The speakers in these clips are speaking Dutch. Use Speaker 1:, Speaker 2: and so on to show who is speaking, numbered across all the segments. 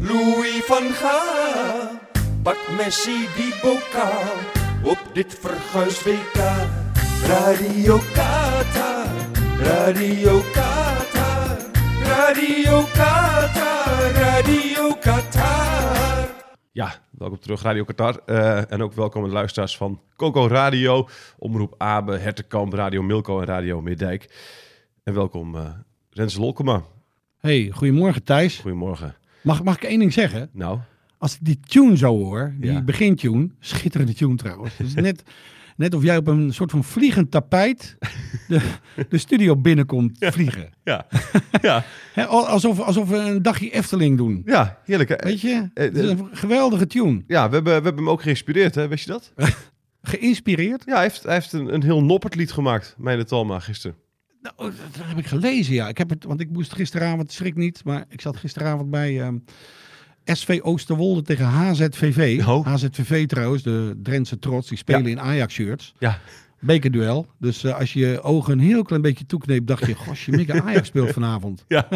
Speaker 1: Louis van Gaal. Pak Messi die bokaal op dit verguis WK. Radio Qatar, Radio Qatar, Radio Qatar, Radio Qatar.
Speaker 2: Ja, welkom terug Radio Qatar. Eh, en ook welkom aan de luisteraars van Coco Radio, Omroep Abe, Hertekamp, Radio Milko en Radio Middijk. En welkom eh Rens Lolkema.
Speaker 3: Hey, goedemorgen Thijs.
Speaker 2: Goedemorgen.
Speaker 3: Mag, mag ik één ding zeggen?
Speaker 2: Nou,
Speaker 3: Als ik die tune zo hoor, die
Speaker 2: Ja.
Speaker 3: begintune, schitterende tune trouwens. Het is net, net of jij op een soort van vliegend tapijt de, de studio binnenkomt vliegen.
Speaker 2: ja, ja,
Speaker 3: Hè, al- alsof, alsof we een dagje Efteling doen.
Speaker 2: ja heerlijk hè?
Speaker 3: Weet je,
Speaker 2: eh,
Speaker 3: het is een geweldige tune.
Speaker 2: Ja, we hebben, we hebben hem ook geïnspireerd, hè? wist je dat?
Speaker 3: Geïnspireerd?
Speaker 2: Ja, hij heeft, hij heeft een, een heel noppert lied gemaakt, Meijne Talma, gisteren.
Speaker 3: Nou, dat heb ik gelezen, ja. Ik heb het, want ik moest gisteravond, schrik niet, maar ik zat gisteravond bij ehm, SV Oosterwolde tegen HZVV.
Speaker 2: Oh.
Speaker 3: HZVV trouwens, de Drentse trots, die spelen
Speaker 2: Ja.
Speaker 3: in Ajax-shirts.
Speaker 2: Ja,
Speaker 3: Bekerduel. Dus eh, als je je ogen een heel klein beetje toekneept, dacht je, gosh, je mikke Ajax speelt vanavond.
Speaker 2: ja,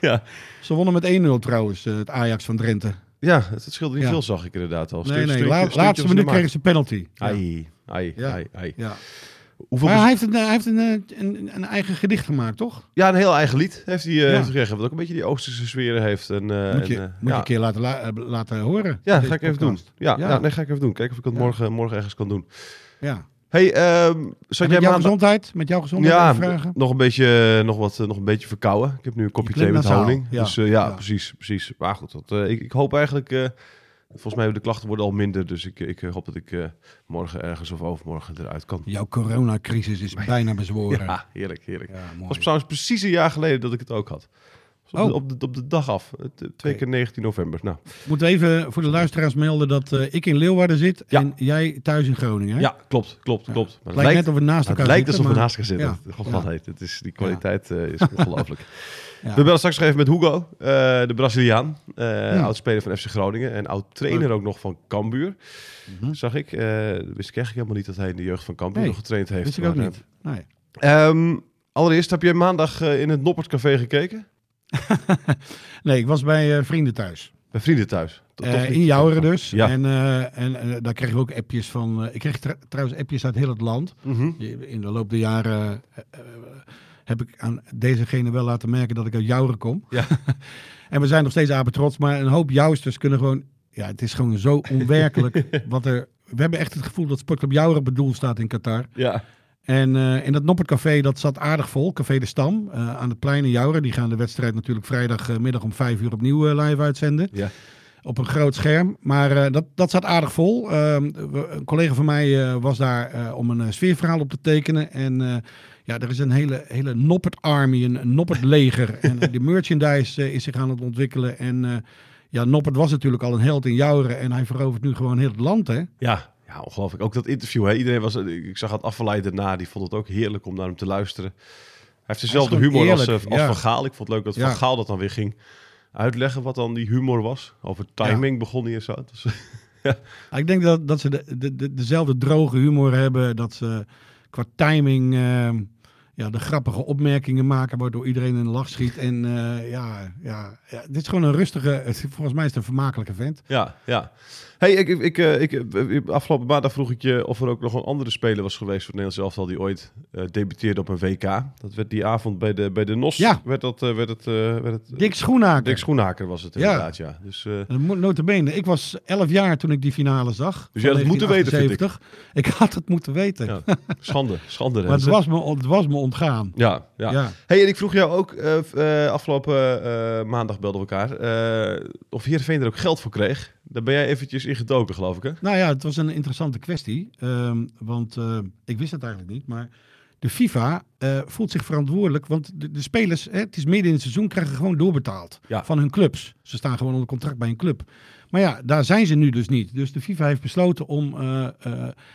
Speaker 2: ja.
Speaker 3: Ze wonnen met 1-0 trouwens, eh, het Ajax van Drenthe.
Speaker 2: Ja, het, het scheelde niet
Speaker 3: Ja.
Speaker 2: veel, zag ik inderdaad al.
Speaker 3: Nee,
Speaker 2: Stuntje-
Speaker 3: nee,
Speaker 2: stuntje-
Speaker 3: la-
Speaker 2: stuntje
Speaker 3: laatste
Speaker 2: was in de
Speaker 3: minuut kregen
Speaker 2: maak.
Speaker 3: ze penalty. Ja.
Speaker 2: Ai, ai,
Speaker 3: Ja.
Speaker 2: ai, ai.
Speaker 3: Ja.
Speaker 2: Hoeveel
Speaker 3: Maar
Speaker 2: bezoek-
Speaker 3: hij heeft, een, eh, hij heeft een, eh, een, een eigen gedicht gemaakt, toch?
Speaker 2: Ja, een heel eigen lied heeft hij eh,
Speaker 3: Ja.
Speaker 2: heeft gekregen. Wat ook een beetje die Oosterse sfeer heeft. En, eh,
Speaker 3: Moet je,
Speaker 2: en, eh,
Speaker 3: moet je
Speaker 2: ja.
Speaker 3: een keer laten, la- eh, laten horen.
Speaker 2: ja,
Speaker 3: Deze
Speaker 2: ga ik even doen.
Speaker 3: podcast.
Speaker 2: Ja,
Speaker 3: Ja.
Speaker 2: ja. nee, ga ik even doen. Kijken of ik het
Speaker 3: Ja.
Speaker 2: morgen, morgen ergens kan doen.
Speaker 3: Ja.
Speaker 2: hey, ehm zat
Speaker 3: En
Speaker 2: jij
Speaker 3: met jouw
Speaker 2: maandag...
Speaker 3: gezondheid? Met jouw gezondheid
Speaker 2: Ja,
Speaker 3: even vragen?
Speaker 2: nog een beetje, eh, nog wat, eh, nog een beetje verkouden. Ik heb nu een kopje thee met
Speaker 3: klinkt nasaal,
Speaker 2: honing.
Speaker 3: ja.
Speaker 2: Dus eh, ja,
Speaker 3: Ja.
Speaker 2: precies, precies. Maar goed, dat, eh, ik, ik hoop eigenlijk... eh, volgens mij de klachten worden al minder. Dus ik, ik hoop dat ik eh, morgen ergens of overmorgen eruit kan.
Speaker 3: Jouw coronacrisis is bijna bezworen.
Speaker 2: Ja, heerlijk, heerlijk.
Speaker 3: Ja,
Speaker 2: Het
Speaker 3: mooi.
Speaker 2: was trouwens precies een jaar geleden dat ik het ook had. Dus op,
Speaker 3: Oh.
Speaker 2: de, op, de, op de dag af. Het, eh, Twee
Speaker 3: Oké.
Speaker 2: keer 19 november. Nou,
Speaker 3: Moeten we even voor de luisteraars melden dat eh, ik in Leeuwarden zit
Speaker 2: Ja.
Speaker 3: en jij thuis in Groningen. hè?
Speaker 2: ja, klopt, klopt, klopt. Maar
Speaker 3: Het lijkt net of we naast
Speaker 2: het
Speaker 3: elkaar
Speaker 2: lijkt alsof
Speaker 3: zitten,
Speaker 2: we
Speaker 3: maar-
Speaker 2: naast elkaar zitten.
Speaker 3: eh, Ja,
Speaker 2: God,
Speaker 3: ja.
Speaker 2: wat heet. Het is, die kwaliteit eh, is ongelooflijk.
Speaker 3: Ja.
Speaker 2: We bellen straks nog even met Hugo, eh, de Braziliaan. eh
Speaker 3: Ja.
Speaker 2: Oud-speler van FC Groningen en oud-trainer ook nog van Cambuur. Zag ik. Eh, dat wist ik eigenlijk helemaal niet dat hij in de jeugd van Cambuur
Speaker 3: Mhm. Nee,
Speaker 2: nog getraind heeft.
Speaker 3: Wist ik ook
Speaker 2: Maar,
Speaker 3: niet. Nee.
Speaker 2: eh, ehm, allereerst, heb je maandag eh, in het Noppertcafé gekeken?
Speaker 3: nee, ik was bij eh, vrienden thuis.
Speaker 2: Bij vrienden thuis? To-
Speaker 3: Eh,
Speaker 2: toch niet?
Speaker 3: in Jouweren dus.
Speaker 2: Ja.
Speaker 3: En, eh, en eh, daar kregen we ook appjes van. eh, ik kreeg tr- trouwens appjes uit heel het land.
Speaker 2: Mhm.
Speaker 3: In de loop der jaren eh, eh, heb ik aan dezegene wel laten merken dat ik uit Jouweren kom.
Speaker 2: Ja.
Speaker 3: en we zijn nog steeds apen trots. Maar een hoop Jouwsters kunnen gewoon... Ja, het is gewoon zo onwerkelijk wat er... We hebben echt het gevoel dat Sportclub Jouweren bedoeld staat in Qatar.
Speaker 2: Ja.
Speaker 3: En eh, in dat Noppertcafé, dat zat aardig vol. Café de Stam, eh, aan het plein in Jouren. Die gaan de wedstrijd natuurlijk vrijdagmiddag om vijf uur opnieuw eh, live uitzenden.
Speaker 2: Ja.
Speaker 3: Op een groot scherm. Maar eh, dat, dat zat aardig vol. Ehm, we- een collega van mij eh, was daar eh, om een eh, sfeerverhaal op te tekenen. En eh, ja, er is een hele, hele Noppert Army, een, een Noppert leger. en eh, die merchandise eh, is zich aan het ontwikkelen. En eh, ja, Noppert was natuurlijk al een held in Jouren. En hij verovert nu gewoon heel het land, hè?
Speaker 2: Ja, ja ongelooflijk. Ook dat interview. Hè? Iedereen was, ik zag het afgeleid daarna. Die vond het ook heerlijk om naar hem te luisteren. Hij heeft dezelfde
Speaker 3: gewoon
Speaker 2: humor als, eh, als
Speaker 3: eerlijk, ja.
Speaker 2: Van Gaal. Ik vond het leuk dat
Speaker 3: Ja.
Speaker 2: Van Gaal dat dan weer ging uitleggen. Wat dan die humor was. Over timing begon hij en zo. Dus,
Speaker 3: Ja, Ik denk dat, dat ze de, de, de- dezelfde droge humor hebben. Dat ze qua timing. ehm, ja, de grappige opmerkingen maken, waardoor iedereen in de lach schiet. En eh, ja, ja, ja, dit is gewoon een rustige, het- volgens mij is het een vermakelijke vent.
Speaker 2: Ja, ja. Hey, ik, ik, ik, eh, ik, eh, afgelopen maandag vroeg ik je of er ook nog een andere speler was geweest voor het Nederlands elftal die ooit eh, debuteerde op een WK. Dat werd die avond bij de, bij de NOS.
Speaker 3: Ja.
Speaker 2: Werd dat, eh, werd het, eh, werd het,
Speaker 3: Dick Schoenaker.
Speaker 2: Dick Schoenhaker was het
Speaker 3: Ja.
Speaker 2: inderdaad, ja. Dus, eh,
Speaker 3: En mo- Notabene, ik was 11 jaar toen ik die finale zag.
Speaker 2: Dus je had het moeten weten, vind ik.
Speaker 3: 1978. Ik had het moeten weten.
Speaker 2: Ja, schande, schande.
Speaker 3: maar het
Speaker 2: Renze.
Speaker 3: was, me, on- het was me ontgaan.
Speaker 2: Ja, ja.
Speaker 3: Ja.
Speaker 2: Hey, en ik vroeg jou ook, eh, v- eh, afgelopen eh, maandag belden we elkaar, eh, of Heerenveen er ook geld voor kreeg. Daar ben jij eventjes in gedoken, geloof ik, hè?
Speaker 3: Nou ja, het was een interessante kwestie. ehm, want eh, ik wist het eigenlijk niet. Maar de FIFA eh, voelt zich verantwoordelijk. Want de, de spelers, hè, het is midden in het seizoen, krijgen gewoon doorbetaald
Speaker 2: Ja.
Speaker 3: van hun clubs. Ze staan gewoon onder contract bij een club. Maar ja, daar zijn ze nu dus niet. Dus de FIFA heeft besloten om eh, eh,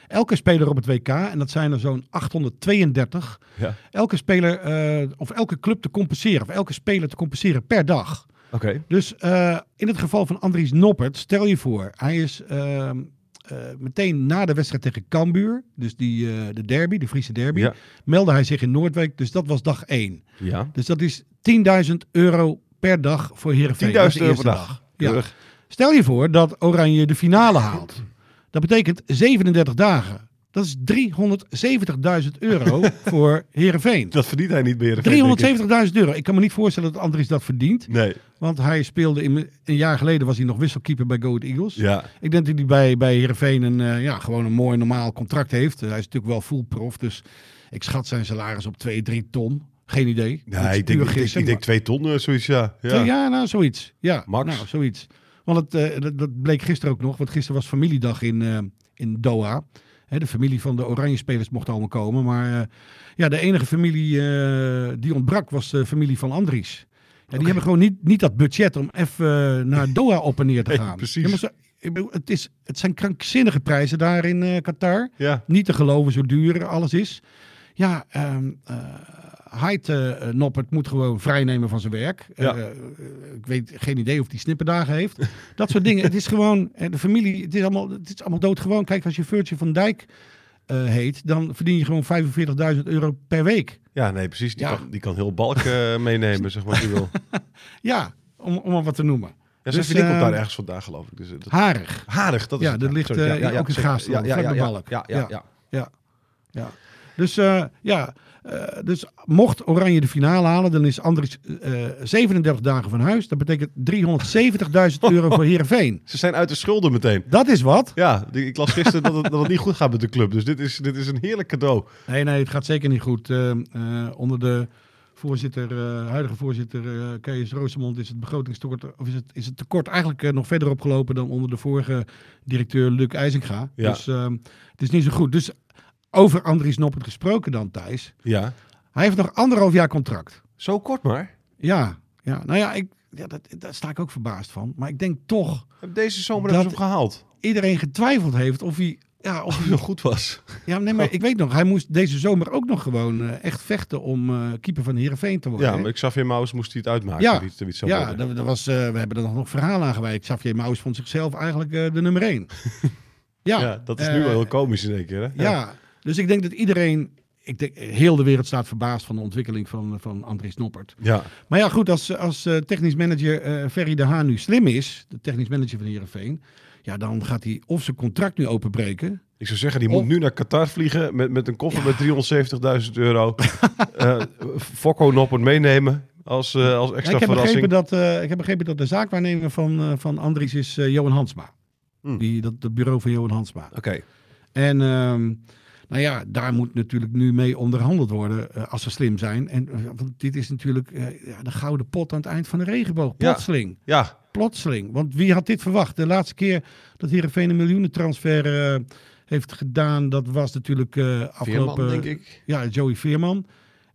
Speaker 3: elke speler op het WK, en dat zijn er zo'n 832,
Speaker 2: Ja.
Speaker 3: elke speler eh, of elke club te compenseren, of elke speler te compenseren per dag.
Speaker 2: Oké.
Speaker 3: Dus eh, in het geval van Andries Noppert, stel je voor, hij is ehm, eh, meteen na de wedstrijd tegen Cambuur, dus die, eh, de derby, de Friese derby,
Speaker 2: Ja.
Speaker 3: meldde hij zich in Noordwijk. Dus dat was dag 1.
Speaker 2: Ja.
Speaker 3: Dus dat is 10.000 euro per dag voor Heerenveen.
Speaker 2: 10.000
Speaker 3: Dat is de
Speaker 2: euro
Speaker 3: eerste
Speaker 2: per dag.
Speaker 3: Ja.
Speaker 2: Keurig.
Speaker 3: Stel je voor dat Oranje de finale haalt. Dat betekent 37 dagen. Dat is 370.000 euro voor Heerenveen.
Speaker 2: Dat verdient hij niet meer.
Speaker 3: 370.000 euro. Ik kan me niet voorstellen dat Andries dat verdient.
Speaker 2: Nee.
Speaker 3: Want hij speelde in, een jaar geleden was hij nog wisselkeeper bij Go Ahead Eagles.
Speaker 2: Ja.
Speaker 3: Ik denk dat hij bij, bij Heerenveen een, eh, ja, gewoon een mooi normaal contract heeft. Eh, hij is natuurlijk wel full prof, dus ik schat zijn salaris op 2, 3 ton. Geen idee. Dat
Speaker 2: Nee,
Speaker 3: is
Speaker 2: ik denk,
Speaker 3: puur
Speaker 2: ik, denk,
Speaker 3: gissen,
Speaker 2: ik denk twee ton, eh, zoiets, ja.
Speaker 3: maar-
Speaker 2: Ja, ja.
Speaker 3: ja, nou, zoiets. Ja,
Speaker 2: Max.
Speaker 3: Nou, zoiets. Want het, eh, dat, dat bleek gisteren ook nog, want gisteren was familiedag in, eh, in Doha. Hè, de familie van de Oranje-spelers mocht allemaal komen. Maar eh, ja, de enige familie eh, die ontbrak was de familie van Andries. Ja, die hebben gewoon niet, niet dat budget om even eh, naar Doha op en neer te
Speaker 2: Nee,
Speaker 3: gaan.
Speaker 2: precies.
Speaker 3: Ja, maar zo- ik bedoel, het, is, het zijn krankzinnige prijzen daar in eh, Qatar. Niet te geloven zo duur alles is. Ja, ehm eh, Hyde eh, Noppert moet gewoon vrijnemen van zijn werk.
Speaker 2: Ja.
Speaker 3: Eh, eh, ik weet geen idee of hij snipperdagen heeft. Dat soort dingen. Het is gewoon, en de familie, het is allemaal, het is allemaal doodgewoon. Kijk, als je Virtje van Dijk eh, heet, dan verdien je gewoon 45.000 euro per week.
Speaker 2: Ja, nee, precies. Die,
Speaker 3: Ja.
Speaker 2: kan, die kan heel balk eh, meenemen, zeg maar. als je wil.
Speaker 3: Ja, om, om maar wat te noemen.
Speaker 2: Ja, zijn
Speaker 3: Dus,
Speaker 2: vriendin komt
Speaker 3: eh,
Speaker 2: daar ergens vandaan, geloof ik. Dus, eh, dat...
Speaker 3: Harig.
Speaker 2: Harig, dat is
Speaker 3: Ja,
Speaker 2: het,
Speaker 3: dat ligt,
Speaker 2: Sorry,
Speaker 3: eh, ook in
Speaker 2: zeker.
Speaker 3: Gaasland,
Speaker 2: Ja, ja,
Speaker 3: vlak
Speaker 2: ja,
Speaker 3: bij
Speaker 2: ja,
Speaker 3: Balk.
Speaker 2: Ja, ja, ja.
Speaker 3: Ja. Ja. ja. Dus eh, ja, eh, dus mocht Oranje de finale halen, dan is Andries eh, 37 dagen van huis. Dat betekent 370.000 euro voor Heerenveen.
Speaker 2: Ze zijn uit de schulden meteen.
Speaker 3: Dat is wat.
Speaker 2: Ja, die- ik las gisteren dat het, dat het niet goed gaat met de club. Dus dit is, dit is een heerlijk cadeau.
Speaker 3: Nee, nee, het gaat zeker niet goed. Eh, eh, onder de voorzitter, eh, huidige voorzitter eh Kees Roosemond is het begrotingstekort, of is het, is het tekort eigenlijk eh, nog verder opgelopen dan onder de vorige directeur Luc IJzinga.
Speaker 2: Ja.
Speaker 3: Dus ehm, het is niet zo goed. Dus over Andries Noppert gesproken dan, Thijs.
Speaker 2: Ja.
Speaker 3: Hij heeft nog anderhalf jaar contract.
Speaker 2: Zo kort maar.
Speaker 3: Ja, ja. nou ja, ik, ja dat, daar sta ik ook verbaasd van. Maar ik denk toch
Speaker 2: Heb deze zomer
Speaker 3: Dat-
Speaker 2: dat... hem gehaald.
Speaker 3: iedereen getwijfeld heeft of hij... Ja, of
Speaker 2: Of
Speaker 3: hij
Speaker 2: hij nog goed was.
Speaker 3: ja, nee, maar ik weet nog, hij moest deze zomer ook nog gewoon eh, echt vechten om eh, keeper van Heerenveen te worden.
Speaker 2: Ja,
Speaker 3: hè?
Speaker 2: maar Xavier Maus moest hij het uitmaken.
Speaker 3: Ja.
Speaker 2: of iets, of iets zou
Speaker 3: ja
Speaker 2: worden.
Speaker 3: dat, dat was, eh, we hebben er nog nog verhaal aan gewijd. Xavier Maus vond zichzelf eigenlijk eh, de nummer één. ja,
Speaker 2: Ja, dat is nu
Speaker 3: eh,
Speaker 2: wel heel komisch in één keer, hè?
Speaker 3: Ja. dus ik denk dat iedereen, ik denk, heel de wereld staat verbaasd van de ontwikkeling van, van Andries Noppert.
Speaker 2: Ja.
Speaker 3: Maar ja, goed, als, als eh, technisch manager eh Ferry de Haan nu slim is, de technisch manager van Heerenveen, ja, dan gaat hij of zijn contract nu openbreken.
Speaker 2: Ik zou zeggen, die moet
Speaker 3: Oh.
Speaker 2: nu naar Qatar vliegen met, met een koffer met 370.000 euro. Eh Fokko Noppert meenemen als, eh, als
Speaker 3: Ja,
Speaker 2: extra
Speaker 3: ik, heb
Speaker 2: verrassing.
Speaker 3: begrepen dat, eh, ik heb begrepen dat de zaakwaarnemer van, eh, van Andries is eh, Johan Hansma.
Speaker 2: Hmm.
Speaker 3: Die, dat, dat bureau van Johan Hansma.
Speaker 2: Oké.
Speaker 3: En ehm, nou ja, daar moet natuurlijk nu mee onderhandeld worden eh, als ze slim zijn. En eh, want dit is natuurlijk eh, ja, de gouden pot aan het eind van de regenboog.
Speaker 2: Ja.
Speaker 3: Plotseling.
Speaker 2: Ja,
Speaker 3: Plotseling. Want wie had dit verwacht? De laatste keer dat Heerenveen een miljoenentransfer eh, heeft gedaan, dat was natuurlijk eh, afgelopen...
Speaker 2: Veerman, denk ik.
Speaker 3: Ja, Joey Veerman.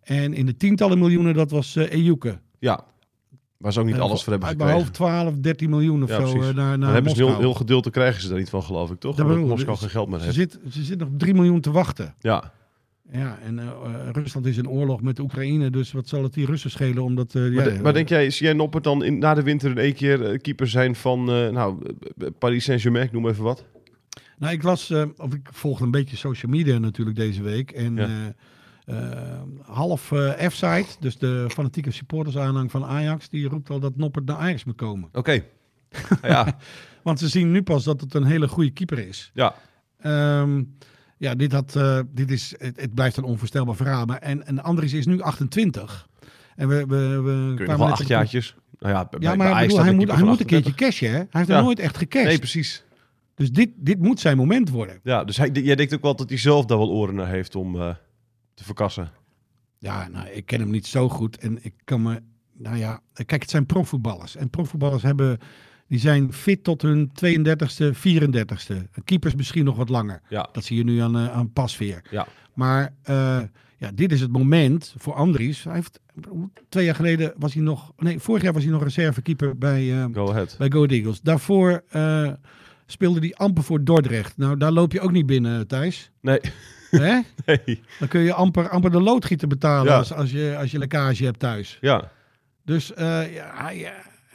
Speaker 3: En in de tientallen miljoenen, dat was eh Ejuke.
Speaker 2: Ja. Waar ze ook niet
Speaker 3: Eh,
Speaker 2: alles voor hebben
Speaker 3: Uit mijn
Speaker 2: gekregen.
Speaker 3: hoofd 12, 13 miljoen of
Speaker 2: Ja,
Speaker 3: zo
Speaker 2: precies.
Speaker 3: eh, naar,
Speaker 2: Maar
Speaker 3: naar
Speaker 2: hebben ze heel,
Speaker 3: Moskou.
Speaker 2: heel gedeelte krijgen ze daar niet van, geloof ik, toch?
Speaker 3: Dat
Speaker 2: Omdat
Speaker 3: bedoel ik,
Speaker 2: Moskou
Speaker 3: dus-
Speaker 2: geen geld meer
Speaker 3: Ze
Speaker 2: heeft.
Speaker 3: zit, ze zit nog 3 miljoen te wachten.
Speaker 2: Ja.
Speaker 3: Ja, en eh, eh, Rusland is in oorlog met Oekraïne, dus wat zal het die Russen schelen? Omdat, eh,
Speaker 2: Maar,
Speaker 3: ja,
Speaker 2: de- maar denk jij, zie jij Noppert dan in, na de winter in één keer eh, keeper zijn van eh, nou, eh, Paris Saint-Germain, ik noem even wat?
Speaker 3: Nou, ik las, eh, of ik volgde een beetje social media natuurlijk deze week. En
Speaker 2: Ja.
Speaker 3: eh, eh, half eh F-side, dus de fanatieke supportersaanhang van Ajax, die roept al dat Noppert naar Ajax moet komen.
Speaker 2: Oké. ja,
Speaker 3: Want ze zien nu pas dat het een hele goede keeper is.
Speaker 2: ja.
Speaker 3: Ehm, ja, dit, had, eh, dit is, het, het blijft een onvoorstelbaar verhaal. Maar en, en Andries is nu 28. En we, we, we
Speaker 2: Kun je
Speaker 3: kwamen
Speaker 2: nog wel
Speaker 3: net
Speaker 2: acht
Speaker 3: op-
Speaker 2: jaartjes. Nou ja, bij-
Speaker 3: Ja,
Speaker 2: bij
Speaker 3: maar ik
Speaker 2: Ajax
Speaker 3: bedoel,
Speaker 2: staat
Speaker 3: hij,
Speaker 2: de
Speaker 3: moet,
Speaker 2: keeper
Speaker 3: hij
Speaker 2: van
Speaker 3: moet een keertje cashen, hè? Hij heeft
Speaker 2: Ja.
Speaker 3: nog nooit echt gecashed.
Speaker 2: 38. Nee, precies.
Speaker 3: dus dit, dit moet zijn moment worden.
Speaker 2: Ja, dus hij, jij denkt ook wel dat hij zelf daar wel oren naar heeft om eh, te verkassen.
Speaker 3: Ja, nou, ik ken hem niet zo goed. En ik kan me... Nou ja, kijk, het zijn profvoetballers. En profvoetballers hebben... Die zijn fit tot hun 32e, 34e. Keepers misschien nog wat langer.
Speaker 2: Ja.
Speaker 3: Dat zie je nu aan, eh, aan Pasveer.
Speaker 2: Ja.
Speaker 3: Maar eh, ja, dit is het moment voor Andries. Hij heeft, twee jaar geleden was hij nog... Nee, vorig jaar was hij nog reservekeeper bij, eh,
Speaker 2: Go ahead.
Speaker 3: bij Go Ahead Eagles. Daarvoor eh, speelde hij amper voor Dordrecht. Nou, daar loop je ook niet binnen, Thijs.
Speaker 2: Nee.
Speaker 3: Hè?
Speaker 2: nee.
Speaker 3: Dan kun je amper, amper de loodgieter betalen
Speaker 2: Ja.
Speaker 3: als, als, je, als je lekkage hebt thuis.
Speaker 2: Ja.
Speaker 3: Dus eh, ja, hij, eh,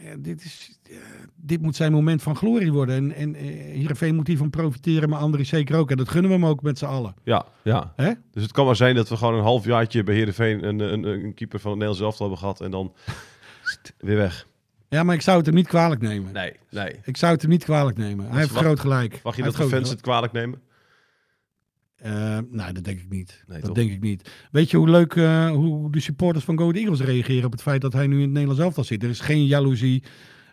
Speaker 3: ja, dit, is, eh, dit moet zijn moment van glorie worden. En, en eh, Heerenveen moet hiervan profiteren, maar Andries zeker ook. En dat gunnen we hem ook met z'n allen.
Speaker 2: Ja, ja.
Speaker 3: Hè?
Speaker 2: Dus het kan maar zijn dat we gewoon een halfjaartje bij Heerenveen een, een, een keeper van het Nederlands elftal hebben gehad en dan weer weg.
Speaker 3: Ja, maar ik zou het hem niet kwalijk nemen.
Speaker 2: Nee, nee.
Speaker 3: Ik zou het hem niet kwalijk nemen. Hij heeft
Speaker 2: wacht-
Speaker 3: groot gelijk.
Speaker 2: Mag je dat de
Speaker 3: Hij heeft groot
Speaker 2: fans het kwalijk nemen?
Speaker 3: Eh, nou, dat denk ik niet.
Speaker 2: Nee,
Speaker 3: dat
Speaker 2: toch?
Speaker 3: denk ik niet. Weet je hoe leuk eh, hoe de supporters van Go Ahead Eagles reageren op het feit dat hij nu in het Nederlands elftal zit? Er is geen jaloezie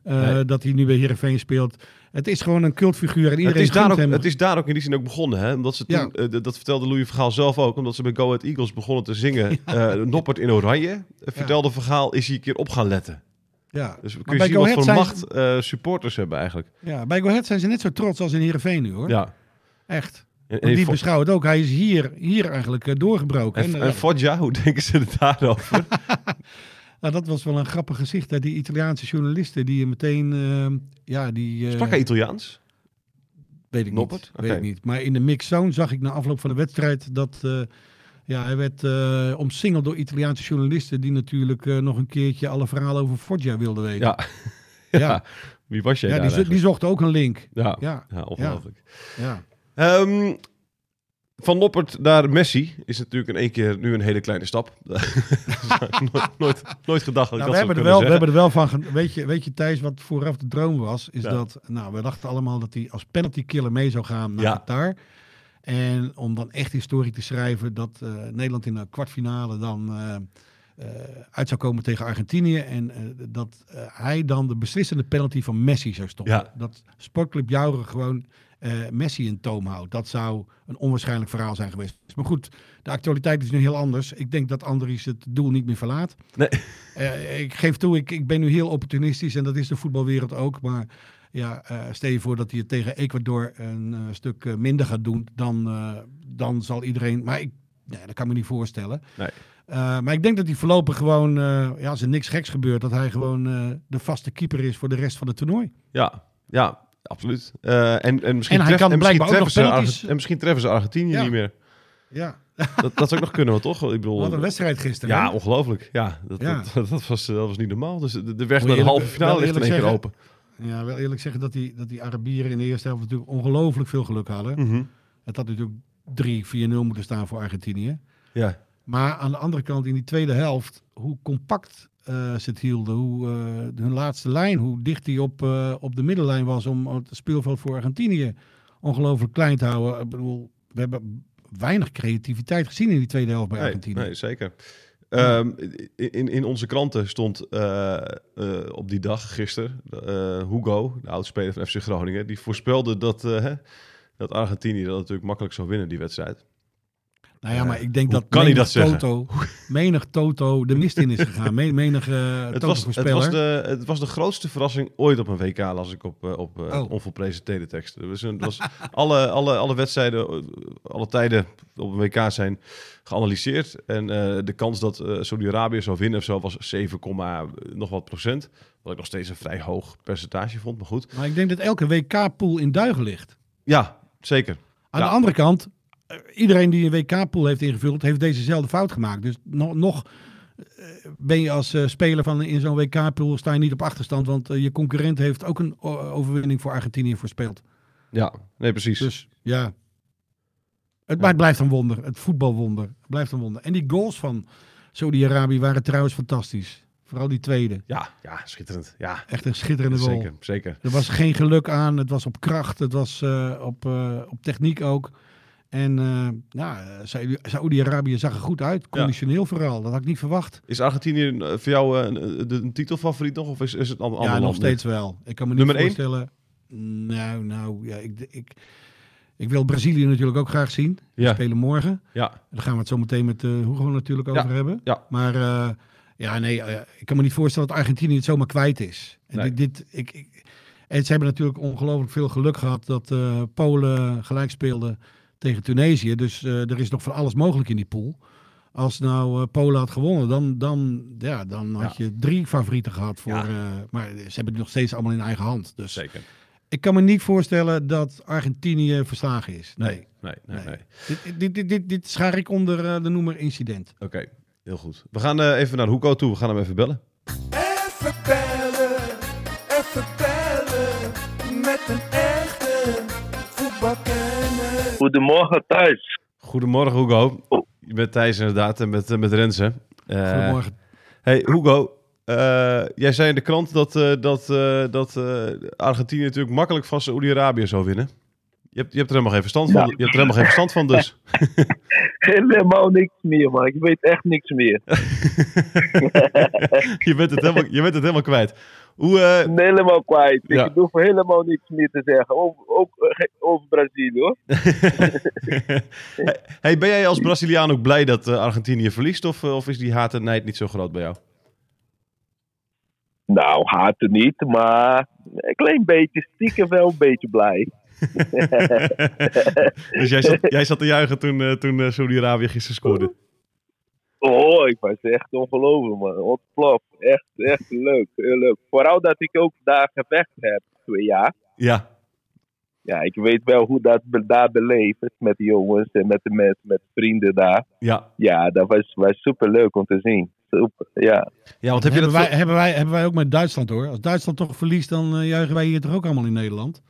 Speaker 3: eh,
Speaker 2: Nee.
Speaker 3: dat hij nu bij Heerenveen speelt. Het is gewoon een cultfiguur en
Speaker 2: Het
Speaker 3: iedereen
Speaker 2: is, daar
Speaker 3: gunt
Speaker 2: ook,
Speaker 3: hem.
Speaker 2: het is daar ook in die zin ook begonnen, hè? Omdat ze toen,
Speaker 3: Ja.
Speaker 2: eh, d- dat vertelde Louis Vergaal zelf ook, omdat ze bij Go Ahead Eagles begonnen te zingen. eh Noppert in Oranje, eh, vertelde Vergaal, is hij een keer op gaan letten.
Speaker 3: ja.
Speaker 2: Dus kun
Speaker 3: bij
Speaker 2: je zien
Speaker 3: Go
Speaker 2: wat voor
Speaker 3: Ahead zijn-
Speaker 2: macht eh, supporters hebben eigenlijk.
Speaker 3: ja, bij Go Ahead zijn ze net zo trots als in Heerenveen nu hoor.
Speaker 2: Ja.
Speaker 3: Echt.
Speaker 2: En,
Speaker 3: Want
Speaker 2: en,
Speaker 3: die
Speaker 2: Fo-
Speaker 3: beschouwen het ook. Hij is hier, hier eigenlijk eh, doorgebroken.
Speaker 2: en,
Speaker 3: En,
Speaker 2: en,
Speaker 3: eh,
Speaker 2: Foggia, hoe denken ze er daarover?
Speaker 3: nou, dat was wel een grappig gezicht. Hè? Die Italiaanse journalisten die je meteen... eh, ja, die, eh,
Speaker 2: Sprak hij Italiaans?
Speaker 3: Weet ik
Speaker 2: Noppert?
Speaker 3: niet.
Speaker 2: Oké.
Speaker 3: Weet ik niet. Maar in de mixzone zag ik na afloop van de wedstrijd dat eh, ja, hij werd eh, omsingeld door Italiaanse journalisten die natuurlijk eh, nog een keertje alle verhalen over Foggia wilden weten.
Speaker 2: Ja.
Speaker 3: Ja.
Speaker 2: ja. Wie was jij
Speaker 3: Ja,
Speaker 2: daar
Speaker 3: die, zo- die
Speaker 2: eigenlijk?
Speaker 3: zochten ook een link.
Speaker 2: Ja.
Speaker 3: Ja,
Speaker 2: Ja, ongelooflijk.
Speaker 3: ja.
Speaker 2: Ehm, van Noppert naar Messi is natuurlijk in één keer nu een hele kleine stap. nooit, nooit, nooit gedacht dat
Speaker 3: Nou,
Speaker 2: ik dat
Speaker 3: we, hebben
Speaker 2: zou
Speaker 3: er
Speaker 2: kunnen
Speaker 3: wel, we
Speaker 2: zeggen.
Speaker 3: hebben er wel van... ge- Weet je, weet je Thijs, wat vooraf de droom was? Is
Speaker 2: Ja.
Speaker 3: dat, nou, we dachten allemaal dat hij als penalty killer mee zou gaan naar
Speaker 2: Ja.
Speaker 3: Qatar. En om dan echt historie te schrijven dat eh, Nederland in de kwartfinale dan eh, eh, uit zou komen tegen Argentinië. En eh, dat eh, hij dan de beslissende penalty van Messi zou stoppen.
Speaker 2: Ja.
Speaker 3: Dat Sportclub Jouren gewoon eh, Messi in toom houdt. Dat zou een onwaarschijnlijk verhaal zijn geweest. Maar goed, de actualiteit is nu heel anders. Ik denk dat Andries het doel niet meer verlaat.
Speaker 2: Nee.
Speaker 3: Eh, ik geef toe, ik, ik ben nu heel opportunistisch en dat is de voetbalwereld ook. Maar ja, eh, stel je voor dat hij het tegen Ecuador een eh, stuk eh, minder gaat doen, dan, eh, dan zal iedereen. Maar ik, nee, dat kan ik me niet voorstellen.
Speaker 2: Nee.
Speaker 3: Eh, maar ik denk dat hij voorlopig gewoon, eh, ja, als er niks geks gebeurt, dat hij gewoon eh, de vaste keeper is voor de rest van het toernooi.
Speaker 2: Ja, ja absoluut. Eh, en, en misschien
Speaker 3: En hij
Speaker 2: tref-
Speaker 3: kan
Speaker 2: en misschien
Speaker 3: blijkbaar ook
Speaker 2: treffen
Speaker 3: nog
Speaker 2: ze Arge-
Speaker 3: penalties.
Speaker 2: En misschien treffen ze Argentinië
Speaker 3: Ja.
Speaker 2: niet meer.
Speaker 3: Ja,
Speaker 2: Dat, dat zou ook nog kunnen, want toch? Ik bedoel,
Speaker 3: wat een wedstrijd gisteren.
Speaker 2: ja,
Speaker 3: hè?
Speaker 2: ongelooflijk. Ja, dat,
Speaker 3: Ja.
Speaker 2: Dat, dat, was, dat was niet normaal. Dus de, de weg
Speaker 3: Moet
Speaker 2: naar de
Speaker 3: je
Speaker 2: halve
Speaker 3: eerlijk-
Speaker 2: finale
Speaker 3: wel
Speaker 2: ligt in één
Speaker 3: eerlijk
Speaker 2: keer
Speaker 3: zeggen-
Speaker 2: open.
Speaker 3: ja, wel eerlijk zeggen dat die, dat die Arabieren in de eerste helft natuurlijk ongelooflijk veel geluk hadden.
Speaker 2: Mhm.
Speaker 3: Het had natuurlijk 3-4-0 moeten staan voor Argentinië.
Speaker 2: Ja,
Speaker 3: Maar aan de andere kant, in die tweede helft, hoe compact eh, ze het hielden. Hoe, eh, hun laatste lijn, hoe dicht die op, eh, op de middenlijn was om het speelveld voor Argentinië ongelooflijk klein te houden. Ik bedoel, we hebben weinig creativiteit gezien in die tweede helft bij
Speaker 2: nee,
Speaker 3: Argentinië.
Speaker 2: nee, zeker. Ehm, in, in onze kranten stond eh, eh, op die dag, gisteren, eh, Hugo, de oudspeler van FC Groningen, die voorspelde dat, eh, hè, dat Argentinië dat natuurlijk makkelijk zou winnen, die wedstrijd.
Speaker 3: Nou ja, maar ik denk
Speaker 2: Hoe
Speaker 3: dat
Speaker 2: kan hij
Speaker 3: menig
Speaker 2: dat zeggen?
Speaker 3: Toto, menig Toto de mist in is gegaan. Me- Menig eh
Speaker 2: Het was, het, was
Speaker 3: Toto-voorspeller.
Speaker 2: de, het was de grootste verrassing ooit op een WK, las ik op, eh, op eh,
Speaker 3: Oh.
Speaker 2: onvolpresenteerde teksten. Er was een- eh, was alle, alle, alle wedstrijden, eh, alle tijden op een WK zijn geanalyseerd. En eh, de kans dat eh, Saudi-Arabië zou winnen of zo was 7, komma eh, nog wat procent. Wat ik nog steeds een vrij hoog percentage vond, maar goed.
Speaker 3: Maar ik denk dat elke WK-pool in duigen ligt.
Speaker 2: Ja, zeker.
Speaker 3: Aan
Speaker 2: Ja.
Speaker 3: de andere kant, eh, iedereen die een WK-pool heeft ingevuld, heeft dezezelfde fout gemaakt. Dus nog, nog eh, ben je als eh, speler van in zo'n WK-pool sta je niet op achterstand, want eh, je concurrent heeft ook een o- overwinning voor Argentinië voorspeeld.
Speaker 2: Ja, nee, precies.
Speaker 3: Dus ja, Dus, Het, maar het blijft een wonder. Het voetbalwonder. Het blijft een wonder. En die goals van Saudi-Arabië waren trouwens fantastisch. Vooral die tweede.
Speaker 2: Ja, ja, schitterend. Ja,
Speaker 3: Echt een schitterende goal.
Speaker 2: zeker, zeker.
Speaker 3: Er was geen geluk aan. Het was op kracht. Het was eh, op, eh, op techniek ook. En eh ja, Saudi- Saudi-Arabië zag er goed uit. Conditioneel vooral. Dat had ik niet verwacht.
Speaker 2: Is Argentinië eh, voor jou eh, een, de- een titelfavoriet nog? Of is, is het een ander
Speaker 3: ja,
Speaker 2: ander
Speaker 3: nog
Speaker 2: land nu?
Speaker 3: steeds wel. Ik kan me niet
Speaker 2: Nummer één?
Speaker 3: voorstellen. Nou, nou, ja, ik, ik, ik wil Brazilië natuurlijk ook graag zien. Die
Speaker 2: Ja.
Speaker 3: spelen morgen.
Speaker 2: Ja,
Speaker 3: Daar gaan we het zo meteen met eh Hugo natuurlijk
Speaker 2: Ja,
Speaker 3: over hebben.
Speaker 2: ja.
Speaker 3: Maar eh, ja, nee, eh, ik kan me niet voorstellen dat Argentinië het zomaar kwijt is. En
Speaker 2: Nee.
Speaker 3: dit, dit, ik, ik- en ze hebben natuurlijk ongelooflijk veel geluk gehad dat eh, Polen gelijk speelde tegen Tunesië. Dus eh, er is nog van alles mogelijk in die pool. Als nou eh, Polen had gewonnen, dan, dan, ja, dan had je drie favorieten gehad. Voor,
Speaker 2: Ja.
Speaker 3: eh, maar ze hebben het nog steeds allemaal in eigen hand. Dus
Speaker 2: zeker.
Speaker 3: ik kan me niet voorstellen dat Argentinië verslagen is. Nee.
Speaker 2: Nee, nee, nee.
Speaker 3: Nee. Dit, dit, dit, dit, dit schaar ik onder eh, de noemer incident.
Speaker 2: Oké, heel goed. We gaan eh, even naar Hoeko toe. We gaan hem even bellen.
Speaker 1: Even bellen, even bellen met een echte voetbalkenner.
Speaker 4: Goedemorgen thuis.
Speaker 2: Goedemorgen, Hugo. Met Thijs inderdaad en met, eh, met Renze. Eh,
Speaker 3: Goedemorgen.
Speaker 2: Hey, Hugo. eh, jij zei in de krant dat, eh, dat, eh, dat eh, Argentinië natuurlijk makkelijk van Saoedi-Arabië zou winnen. Je hebt, je hebt er helemaal geen verstand van.
Speaker 4: Ja.
Speaker 2: Je hebt er helemaal geen verstand van dus.
Speaker 4: Helemaal niks meer, man. Ik weet echt niks meer.
Speaker 2: je, bent het helemaal, je bent het helemaal kwijt. Hoe, eh,
Speaker 4: Ik ben helemaal kwijt.
Speaker 2: Ja.
Speaker 4: Ik hoef helemaal niks meer te zeggen. Ook, ook eh, ge- over Brazilië, hoor.
Speaker 2: hey, hey, ben jij als Braziliaan ook blij dat eh, Argentinië verliest? Of, eh, of is die haat en nijd niet zo groot bij jou?
Speaker 4: Nou, haten niet, maar een klein beetje stiekem wel een beetje blij.
Speaker 2: dus jij zat, jij zat te juichen toen, eh, toen eh, Saudi-Arabië gisteren scoorde.
Speaker 4: Oh, ik was echt ongelooflijk, man. Ontplof. Echt, echt leuk. Heel leuk. Vooral dat ik ook daar gevecht heb, twee jaar.
Speaker 2: Ja,
Speaker 4: Ja, ik weet wel hoe dat be- daar beleefd is met de jongens en met de mensen, met vrienden daar.
Speaker 2: ja.
Speaker 4: Ja, dat was, was super leuk om te zien. Super, ja.
Speaker 2: Ja, want heb je
Speaker 3: Hebben
Speaker 2: dat...
Speaker 3: wij, hebben, wij, hebben wij ook met Duitsland hoor. Als Duitsland toch verliest, dan eh, juichen wij hier toch ook allemaal in Nederland.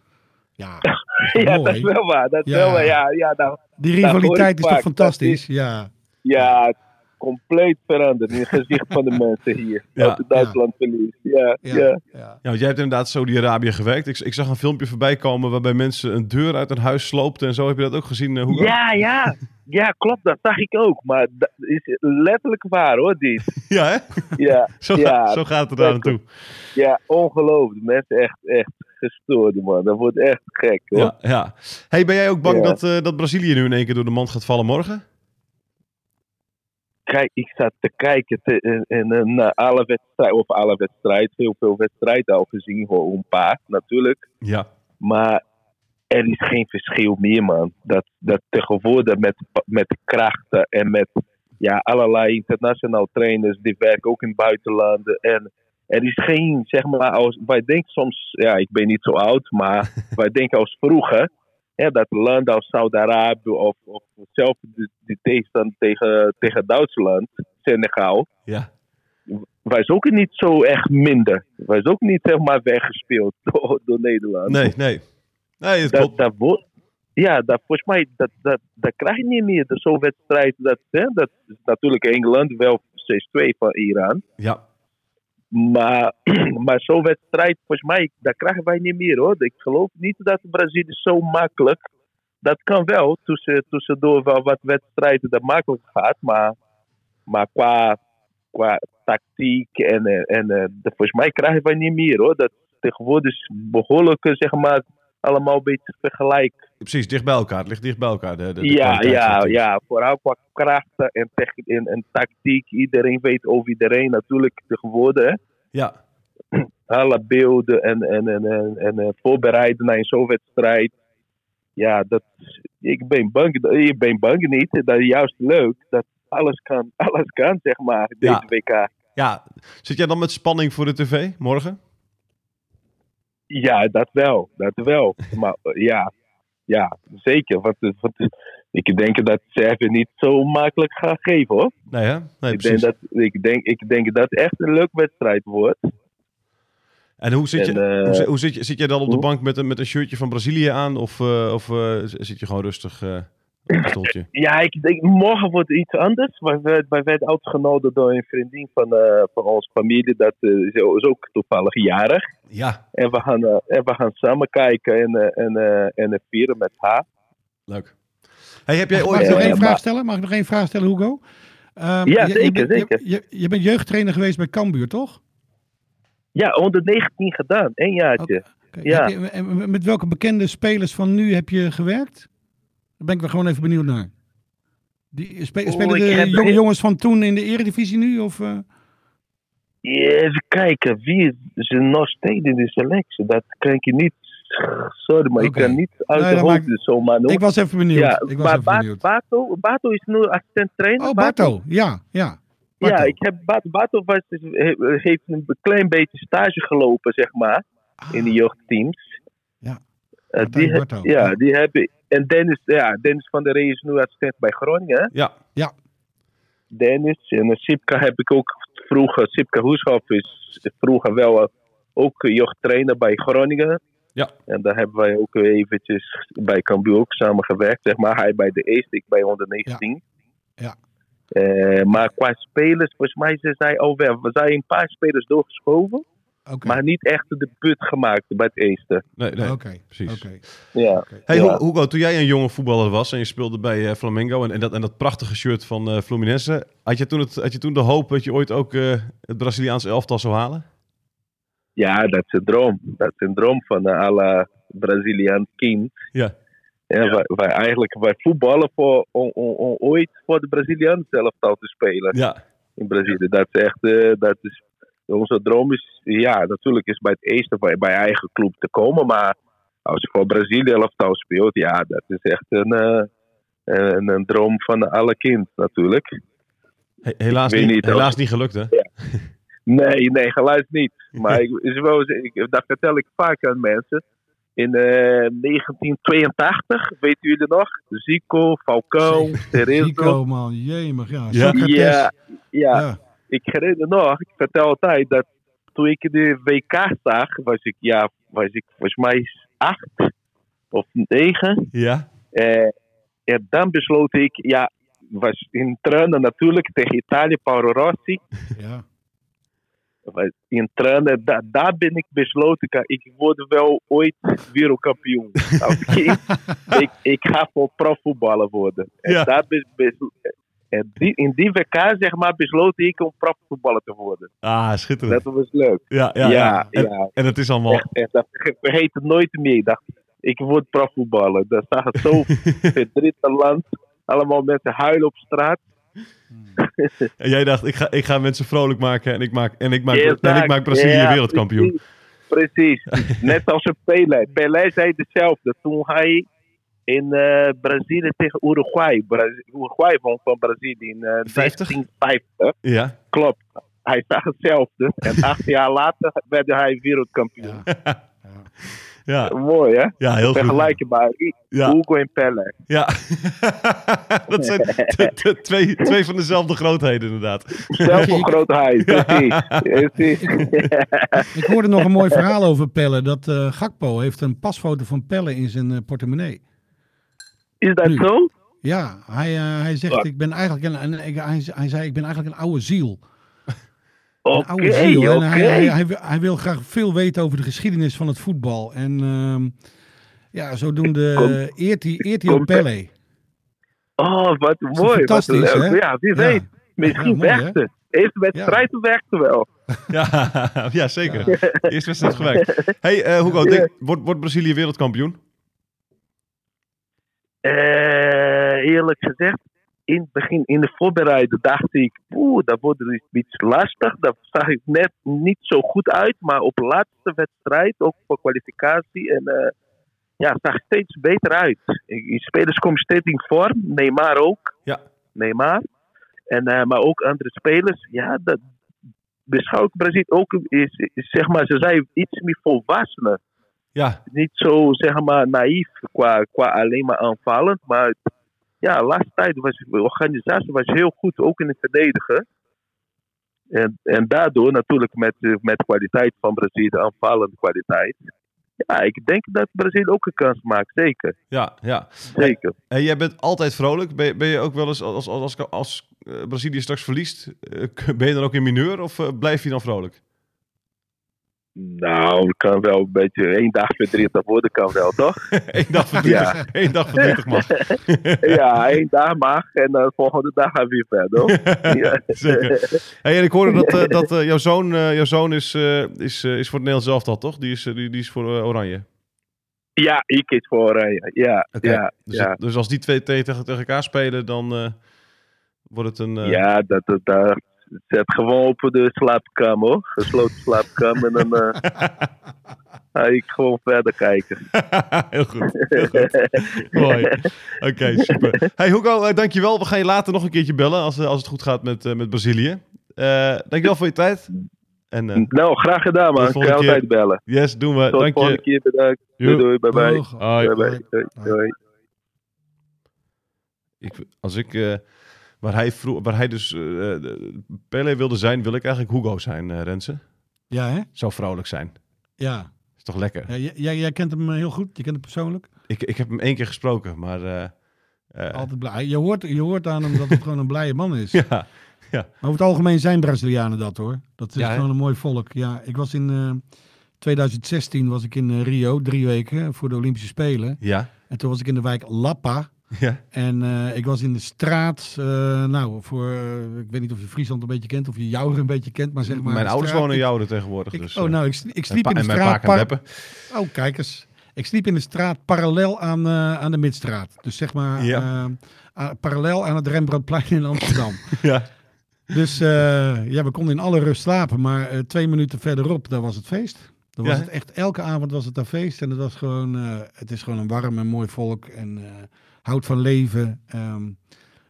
Speaker 3: Ja, dat is toch
Speaker 4: Ja,
Speaker 3: mooi.
Speaker 4: dat is wel waar. Dat is
Speaker 3: Ja.
Speaker 4: wel waar. Ja, ja, nou,
Speaker 3: Die
Speaker 4: dat Nou, hoor
Speaker 3: rivaliteit
Speaker 4: ik
Speaker 3: is toch
Speaker 4: vaak.
Speaker 3: fantastisch? Ja.
Speaker 4: ja, compleet veranderd in het gezicht van de mensen hier.
Speaker 2: Ja,
Speaker 4: Als het Duitsland verliest. Ja, ja.
Speaker 3: Ja, ja.
Speaker 2: Ja, want jij hebt inderdaad Saudi-Arabië gewerkt. Ik, ik zag een filmpje voorbij komen waarbij mensen een deur uit hun huis sloopten en zo. Heb je dat ook gezien? eh, Hugo?
Speaker 4: ja, ja. Ja, klopt. Dat zag ik ook. Maar dat is letterlijk waar hoor, dit.
Speaker 2: Ja, hè?
Speaker 4: Ja,
Speaker 2: Zo,
Speaker 4: Ja,
Speaker 2: gaat- zo gaat het daar aan toe.
Speaker 4: ja ongelooflijk. Mensen echt, echt gestoord, man. Dat wordt echt gek hoor.
Speaker 2: Ja, ja. Hey, ben jij ook bang
Speaker 4: Ja.
Speaker 2: dat, eh, dat Brazilië nu in één keer door de mand gaat vallen morgen?
Speaker 4: Kijk, ik zat te kijken te, en, en, en, naar alle wedstrijden, of alle wedstrijden, heel veel wedstrijden al gezien, gewoon een paar natuurlijk.
Speaker 2: Ja.
Speaker 4: Maar er is geen verschil meer, man. Dat, dat tegenwoordig met, met krachten en met ja, allerlei internationaal trainers die werken ook in buitenlanden. En er is geen, zeg maar, als, wij denken soms, ja, ik ben niet zo oud, maar wij denken als vroeger. Hè, dat landen als Saudi-Arabië of, of zelfs de, de tegenstand tegen, tegen Duitsland, Senegal,
Speaker 2: Ja.
Speaker 4: was ook niet zo echt minder. Was ook niet, zeg maar, weggespeeld door, door Nederland
Speaker 2: Nee, nee. Nee, het
Speaker 4: dat,
Speaker 2: klopt.
Speaker 4: dat wordt. Ja, dat, volgens mij, dat, dat, dat krijg je niet meer. Dat Zo'n wedstrijd, dat, hè, dat is natuurlijk Engeland wel 6-2 van Iran.
Speaker 2: Ja.
Speaker 4: Maar, maar zo'n wedstrijd, volgens mij, dat krijgen wij niet meer hoor. Ik geloof niet dat Brazilië zo makkelijk. Dat kan wel, tussen, tussendoor wel wat wedstrijden dat makkelijk gaat. Maar, maar qua, qua tactiek en, eh, en eh, dat- volgens mij krijgen wij niet meer hoor. Dat tegenwoordig is behoorlijk, eh, zeg maar, allemaal een beetje vergelijk.
Speaker 2: Precies, dicht bij elkaar. Het ligt dicht bij elkaar. De, de- de
Speaker 4: Ja,
Speaker 2: kwaliteit
Speaker 4: ja,
Speaker 2: zit er.
Speaker 4: ja. Vooral qua krachten en, tech- en, en tactiek. Iedereen weet over iedereen natuurlijk tegenwoordig. hè.
Speaker 2: Ja,
Speaker 4: Alle beelden en, en, en, en, en, eh, voorbereiden naar zo'n wedstrijd. Ja, dat, ik, ben bang, ik ben bang niet. Dat is juist leuk. Dat alles kan, alles kan zeg maar, deze
Speaker 2: Ja.
Speaker 4: WK.
Speaker 2: ja. Zit jij dan met spanning voor de tv morgen?
Speaker 4: Ja, dat wel. Dat wel. Maar eh, ja, ja zeker. Want, eh, want eh, ik denk dat Servië niet zo makkelijk gaat geven hoor.
Speaker 2: Nee, hè? Nee,
Speaker 4: ik, denk
Speaker 2: precies.
Speaker 4: dat, ik, denk, ik denk dat het echt een leuk wedstrijd wordt.
Speaker 2: En hoe zit je...
Speaker 4: En, eh,
Speaker 2: Hoe, zi- hoe zit, je, zit jij dan op de
Speaker 4: hoe?
Speaker 2: bank met een, met een shirtje van Brazilië aan? Of, eh, of eh, z- zit je gewoon rustig eh, Een pistoltje.
Speaker 4: Ja, ik denk morgen wordt iets anders. Wij, werd- wij werden uitgenodigd door een vriendin van, eh, van onze familie. Dat eh, is is ook toevallig jarig.
Speaker 2: Ja,
Speaker 4: En we gaan, eh, en we gaan samen kijken en, eh, en, eh, en het vieren met haar.
Speaker 2: leuk. Hey, heb jij
Speaker 3: Mag ik
Speaker 2: ooit...
Speaker 3: nog één
Speaker 4: maar-
Speaker 3: vraag stellen? Mag ik nog één vraag stellen, Hugo? Ehm, je- je,
Speaker 4: zeker,
Speaker 3: bent- je-
Speaker 4: zeker.
Speaker 3: Je, je bent jeugdtrainer geweest bij Cambuur, toch?
Speaker 4: Ja, 119 gedaan. Eén jaartje.
Speaker 3: Oké,
Speaker 4: Ja.
Speaker 3: heb je- en met welke bekende spelers van nu heb je gewerkt? Daar ben ik wel gewoon even benieuwd naar. Die, spe-
Speaker 4: Oh,
Speaker 3: spelen
Speaker 4: ik
Speaker 3: de
Speaker 4: heb-
Speaker 3: jonge jongens van toen in de eredivisie nu? Of, eh?
Speaker 4: Even kijken, wie is er nog steeds in de selectie? Dat kan ik je niet... Sorry, maar
Speaker 3: Oké.
Speaker 4: ik kan niet uit
Speaker 3: Nee,
Speaker 4: de
Speaker 3: dat
Speaker 4: hoofd
Speaker 3: maakt-
Speaker 4: dus zomaar noemen.
Speaker 3: ik was even benieuwd.
Speaker 4: Ja,
Speaker 3: ik was
Speaker 4: maar
Speaker 3: even
Speaker 4: Ba-
Speaker 3: benieuwd.
Speaker 4: Bato, Bato is nu assistent trainer.
Speaker 3: Oh, Barto. Ja, ja. Barto.
Speaker 4: Ja, ik heb Bato, Bato was, dus- he- heeft een klein beetje stage gelopen, zeg maar, in de jeugdteams.
Speaker 3: Ja.
Speaker 4: Eh,
Speaker 3: Martijn
Speaker 4: die, he-
Speaker 3: Ah, Barto.
Speaker 4: ja, die hebben... En Dennis, ja, Dennis van der Rey is nu assistent bij Groningen.
Speaker 2: Ja,
Speaker 4: Dennis. En eh, Sipka heb ik ook vroeger. Sipka Hoeshoff is vroeger wel eh, ook jeugdtrainer bij Groningen.
Speaker 2: Ja.
Speaker 4: En daar hebben wij ook eventjes bij Cambuur ook samengewerkt. Zeg maar. Hij bij de East, ik bij 119.
Speaker 3: Ja.
Speaker 4: Eh, maar qua spelers, volgens mij zijn zij al weg. We zijn een paar spelers doorgeschoven,
Speaker 3: Oké.
Speaker 4: maar niet echt de put gemaakt bij het eerste.
Speaker 2: nee, nee.
Speaker 3: Oké.
Speaker 2: precies.
Speaker 3: Oké.
Speaker 4: Ja.
Speaker 2: Hey,
Speaker 4: Ja.
Speaker 2: Hu- Hugo, toen jij een jonge voetballer was en je speelde bij eh, Flamengo en, en, dat, en dat prachtige shirt van eh, Fluminense, had je, toen het, had je toen de hoop dat je ooit ook eh, het Braziliaanse elftal zou halen?
Speaker 4: ja, dat is een droom. Dat is een droom van eh, alle Braziliaan kind.
Speaker 2: Ja.
Speaker 4: Ja, Wij, wij eigenlijk wij voetballen voor, om, om, om ooit voor de Brazilianen zelf te spelen
Speaker 2: Ja,
Speaker 4: in Brazilië. Dat is echt, eh, dat is, onze droom is, ja, natuurlijk is bij het eerste bij, bij eigen club te komen. Maar als je voor Brazilië elftal speelt, ja, dat is echt een, eh, een, een droom van alle kind natuurlijk.
Speaker 2: He- helaas,
Speaker 4: Ik weet
Speaker 2: niet,
Speaker 4: niet,
Speaker 2: helaas niet gelukt hè?
Speaker 4: Nee, nee, geluid niet. Maar ik, is wel, ik, dat vertel ik vaak aan mensen. In eh, 1982, weten jullie nog? Zico, Falcao, Terezo.
Speaker 3: Zico, man. Jemig, ja.
Speaker 2: Ja.
Speaker 3: Socrates.
Speaker 4: Ja, ja,
Speaker 3: Ja.
Speaker 4: ik herinner nog, ik vertel altijd dat toen ik de WK zag, was ik, ja, was ik volgens mij acht of negen.
Speaker 2: Ja,
Speaker 4: Eh, en dan besloot ik, ja, was in tranen natuurlijk tegen Italië, Paolo Rossi.
Speaker 3: ja.
Speaker 4: Was In tranen, da, daar ben ik besloten, ka- ik word wel ooit wereldkampioen. Als kind, ik, ik ga voor profvoetballer worden. En,
Speaker 2: Ja.
Speaker 4: daar bes- bes- en die, in die WK, zeg maar, besloot ik om profvoetballer te worden.
Speaker 2: ah, schitterend.
Speaker 4: Dat was leuk.
Speaker 2: Ja, ja,
Speaker 4: Ja, ja.
Speaker 2: En, en het is allemaal...
Speaker 4: Echt, echt, dat verge- vergeet het nooit meer. Ik dacht, ik word profvoetballer. Dat zag het zo verdrietig land. Allemaal mensen huilen op straat.
Speaker 2: En jij dacht, ik ga, ik ga mensen vrolijk maken en ik maak, en ik maak,
Speaker 4: Yes,
Speaker 2: en ik
Speaker 4: daar.
Speaker 2: maak Brazilië
Speaker 4: Ja,
Speaker 2: wereldkampioen.
Speaker 4: Precies. precies. Net als een Pelé. Pelé zei hetzelfde. Toen hij in eh, Brazilië tegen Uruguay. Bra- Uruguay won van Brazilië in eh,
Speaker 2: 50?
Speaker 4: 1950.
Speaker 2: Ja,
Speaker 4: Klopt. Hij zag hetzelfde. En acht jaar later werd hij wereldkampioen.
Speaker 2: ja,
Speaker 4: Mooi hè?
Speaker 2: ja, heel goed.
Speaker 4: Vergelijkbaar.
Speaker 2: Ja.
Speaker 4: Hugo en Pelé.
Speaker 2: Ja, dat zijn t- t- twee, twee van dezelfde grootheden inderdaad.
Speaker 4: Zelf een groot huis, precies. precies.
Speaker 3: Ik hoorde nog een mooi verhaal over Pelle. Dat eh, Gakpo heeft een pasfoto van Pelle in zijn eh, portemonnee.
Speaker 4: Is dat
Speaker 3: Nu.
Speaker 4: zo?
Speaker 3: Ja, hij, eh, hij zegt,
Speaker 4: Wat?
Speaker 3: ik ben eigenlijk een, een- ik- hij, hij zei, ik ben eigenlijk een oude ziel. Een
Speaker 4: Oké,
Speaker 3: oude ziel.
Speaker 4: oké.
Speaker 3: En hij, hij, hij wil- hij wil graag veel weten over de geschiedenis van het voetbal. En ehm, ja, zodoende
Speaker 4: Komt-
Speaker 3: eh, eert hij, eert hij ook
Speaker 4: komt-
Speaker 3: Pelle.
Speaker 4: Oh,
Speaker 3: toch
Speaker 4: wat mooi. Wat
Speaker 3: fantastisch,
Speaker 4: leuk.
Speaker 3: hè?
Speaker 4: Ja, wie
Speaker 3: Ja.
Speaker 4: weet.
Speaker 3: Ja,
Speaker 4: Misschien
Speaker 3: mooi,
Speaker 4: werkt het. Eerst wedstrijd werkt het wel.
Speaker 2: Ja, ja zeker. Eerst wedstrijd gewerkt. hey, eh, Hugo, denk- wordt, wordt Brazilië wereldkampioen?
Speaker 4: Eh, eerlijk gezegd, in het begin, in de voorbereiding, dacht ik, oeh, dat wordt dus iets lastig. Dat zag ik net niet zo goed uit. Maar op de laatste wedstrijd, ook voor kwalificatie, en, eh, ja, het zag steeds beter uit. Die spelers komen steeds in vorm. Neymar ook.
Speaker 2: Ja.
Speaker 4: Neymar. En, eh, maar ook andere spelers. Ja, dat beschouw ik Brazil ook, is, is, zeg maar, ze zijn iets meer volwassenen
Speaker 2: Ja,
Speaker 4: niet zo zeg maar naïef qua, qua alleen maar aanvallend. Maar ja, de laatste tijd was de organisatie was heel goed, ook in het verdedigen. En, en daardoor natuurlijk met, eh, met de kwaliteit van Brazilië, de aanvallende kwaliteit. Ja, ik denk dat Brazilië ook een kans maakt. Zeker,
Speaker 2: Ja, ja.
Speaker 4: zeker.
Speaker 2: En jij bent altijd vrolijk. Ben, je- ben je ook wel eens, als, als, als, als eh, Brazilië straks verliest, eh, ben je dan ook in mineur of eh, blijf je dan vrolijk?
Speaker 4: Nou, het kan wel een beetje één dag verdrietig worden, kan wel, toch?
Speaker 2: Eén dag verdrietig, één dag verdrietig mag.
Speaker 4: ja, één dag mag en dan de volgende dag gaan we weer verder. Ja.
Speaker 2: Zeker. Hey, en ik hoorde dat, eh, dat eh, jouw zoon, eh, jouw zoon is, eh, is, eh, is voor het Nederlands elftal, toch? Die is, eh, die, die is voor eh, Oranje.
Speaker 4: ja, ik kies voor Oranje. Ja,
Speaker 2: Oké,
Speaker 4: ja,
Speaker 2: Dus,
Speaker 4: ja.
Speaker 2: dus als die twee te- tegen, tegen elkaar spelen, dan eh, wordt het een... eh,
Speaker 4: Ja, dat, dat, dat zet gewoon op de slaapkamer, hoor. Gesloten slaapkamer. En dan eh, ga ik gewoon verder kijken.
Speaker 2: heel goed. Heel goed. Mooi. Oké, super. Hey Hugo, eh, dankjewel. We gaan je later nog een keertje bellen als, eh, als het goed gaat met, eh, met Brazilië. Eh dankjewel voor je tijd. En eh,
Speaker 4: Nou, graag gedaan, man.
Speaker 2: Tot
Speaker 4: Ik
Speaker 2: volgende
Speaker 4: kan
Speaker 2: keer.
Speaker 4: altijd bellen.
Speaker 2: yes, doen we.
Speaker 4: Tot de
Speaker 2: Dank
Speaker 4: volgende
Speaker 2: je.
Speaker 4: keer, bedankt. Doei,
Speaker 2: Joep.
Speaker 4: doei, bye bye.
Speaker 3: Doeg.
Speaker 2: Hoi.
Speaker 4: Bye bye. Doei, doei.
Speaker 2: Ik, als ik, eh, waar, hij vroeg, waar hij dus eh, de- Pele wilde zijn, wil ik eigenlijk Hugo zijn, eh Rensen.
Speaker 3: Ja, hè?
Speaker 2: Zou vrouwelijk zijn.
Speaker 3: Ja.
Speaker 2: Is toch lekker?
Speaker 3: Ja, j- jij, jij kent hem eh, heel goed. Je kent hem persoonlijk.
Speaker 2: Ik, ik heb hem één keer gesproken, maar... eh, eh,
Speaker 3: Altijd blij. Je hoort, je hoort aan hem dat het gewoon een blije man is.
Speaker 2: ja,
Speaker 3: Maar over het algemeen zijn Brazilianen dat hoor. Dat is
Speaker 2: Ja, hè?
Speaker 3: gewoon een mooi volk. Ja, ik was in eh, 2016 was ik in eh, Rio, drie weken eh, voor de Olympische Spelen.
Speaker 2: ja,
Speaker 3: En toen was ik in de wijk Lapa.
Speaker 2: ja.
Speaker 3: En eh, ik was in de straat, eh, nou, voor, eh, ik weet niet of je Friesland een beetje kent, of je Jouwer een beetje kent, maar zeg maar...
Speaker 2: Mijn
Speaker 3: de
Speaker 2: ouders
Speaker 3: straat-
Speaker 2: wonen in
Speaker 3: ik-
Speaker 2: Jouwen tegenwoordig.
Speaker 3: ik-
Speaker 2: dus,
Speaker 3: oh,
Speaker 2: eh,
Speaker 3: nou, ik, sli- ik sliep
Speaker 2: en
Speaker 3: in
Speaker 2: pa-
Speaker 3: de
Speaker 2: en mijn pa
Speaker 3: straat...
Speaker 2: kan
Speaker 3: par-
Speaker 2: rappen.
Speaker 3: Oh, kijk eens. Ik sliep in de straat parallel aan, eh, aan de Midstraat. Dus zeg maar
Speaker 2: Ja.
Speaker 3: eh, aan- parallel aan het Rembrandtplein in Amsterdam.
Speaker 2: Ja.
Speaker 3: Dus eh, ja, we konden in alle rust slapen. Maar eh, twee minuten verderop, daar was het feest. Dan was
Speaker 2: Ja.
Speaker 3: het echt, elke avond was het daar feest. En het, was gewoon, eh, het is gewoon een warm en mooi volk. En eh, houdt van leven. Ehm,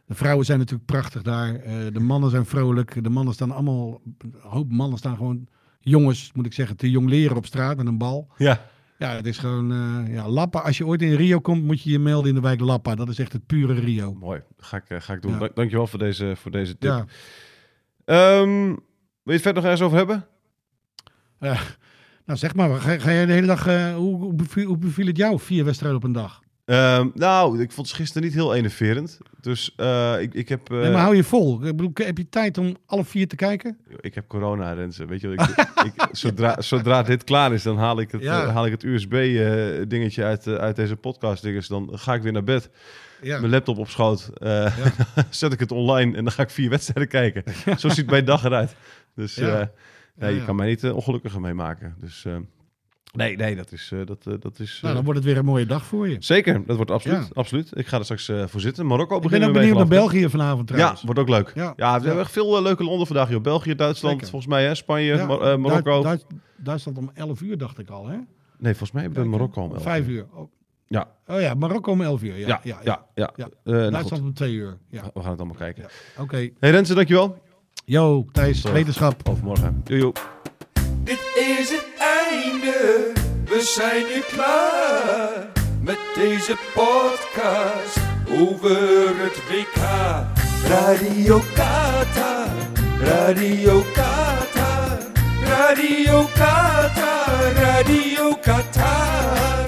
Speaker 3: de vrouwen zijn natuurlijk prachtig daar. Eh, de mannen zijn vrolijk. De mannen staan allemaal... Een hoop mannen staan gewoon... Jongens, moet ik zeggen, te jong leren op straat met een bal.
Speaker 2: Ja,
Speaker 3: Ja, het is gewoon... eh, ja, Lappa. Als je ooit in Rio komt, moet je je melden in de wijk Lappa. Dat is echt het pure Rio.
Speaker 2: mooi. Ga ik, eh, ga ik doen.
Speaker 3: Ja.
Speaker 2: Dank- Dankjewel voor deze, voor deze tip.
Speaker 3: Ja.
Speaker 2: Ehm, wil je het verder nog ergens over hebben?
Speaker 3: Nou, zeg maar, ga, ga jij de hele dag. eh, hoe, hoe, beviel, hoe beviel het jou? Vier wedstrijden op een dag.
Speaker 2: Ehm, nou, ik vond het gisteren niet heel enerverend. Dus eh, ik, ik heb... eh,
Speaker 3: nee, maar hou je vol. Ik bedoel, heb je tijd om alle vier te kijken?
Speaker 2: Ik heb corona, Rensen. Weet je wat ik, ik, zodra, zodra dit klaar is, dan haal ik het,
Speaker 3: Ja.
Speaker 2: eh, haal ik het USB-dingetje uit, eh, uit deze podcast. dinges. Dan ga ik weer naar bed.
Speaker 3: Ja.
Speaker 2: Mijn laptop op schoot. eh, zet ik het online en dan ga ik vier wedstrijden kijken. Zo ziet mijn dag eruit. Dus
Speaker 3: Ja.
Speaker 2: eh, nee,
Speaker 3: Ja,
Speaker 2: je
Speaker 3: ja.
Speaker 2: kan mij niet eh, ongelukkiger mee maken. Dus eh, nee, nee, dat is... eh, dat, eh, dat is
Speaker 3: Nou,
Speaker 2: eh,
Speaker 3: dan wordt het weer een mooie dag voor je.
Speaker 2: Zeker, dat wordt absoluut.
Speaker 3: Ja.
Speaker 2: absoluut. Ik ga er straks eh, voor zitten. Marokko
Speaker 3: Ik
Speaker 2: begint
Speaker 3: ben ook
Speaker 2: weer mee,
Speaker 3: benieuwd naar
Speaker 2: geloof ik.
Speaker 3: België vanavond trouwens.
Speaker 2: Ja, wordt ook leuk. Ja,
Speaker 3: Ja.
Speaker 2: we hebben
Speaker 3: Ja.
Speaker 2: echt veel eh, leuke Londen vandaag. Joh. België, Duitsland,
Speaker 3: Zeker.
Speaker 2: volgens mij hè? Spanje,
Speaker 3: Ja,
Speaker 2: Mar- eh, Marokko.
Speaker 3: Duits- Duits- Duitsland om 11 uur, dacht ik al. Hè?
Speaker 2: nee, volgens mij hebben we Marokko om elf
Speaker 3: Vijf
Speaker 2: uur.
Speaker 3: uur. Oh.
Speaker 2: Ja.
Speaker 3: oh ja, Marokko om 11 uur. Ja,
Speaker 2: Ja, ja, ja.
Speaker 3: Ja.
Speaker 2: Eh, nou goed,
Speaker 3: Duitsland om 2 uur. Ja.
Speaker 2: we gaan het allemaal kijken.
Speaker 3: Ja. Oké.
Speaker 2: Hey Rensen, dankjewel.
Speaker 3: Yo, Thijs,
Speaker 2: Tot, eh,
Speaker 3: wetenschap.
Speaker 2: Overmorgen. Joe, joe.
Speaker 1: Dit is het einde, we zijn nu klaar met deze podcast over het WK. Radio Qatar, Radio Qatar, Radio Qatar, Radio Qatar.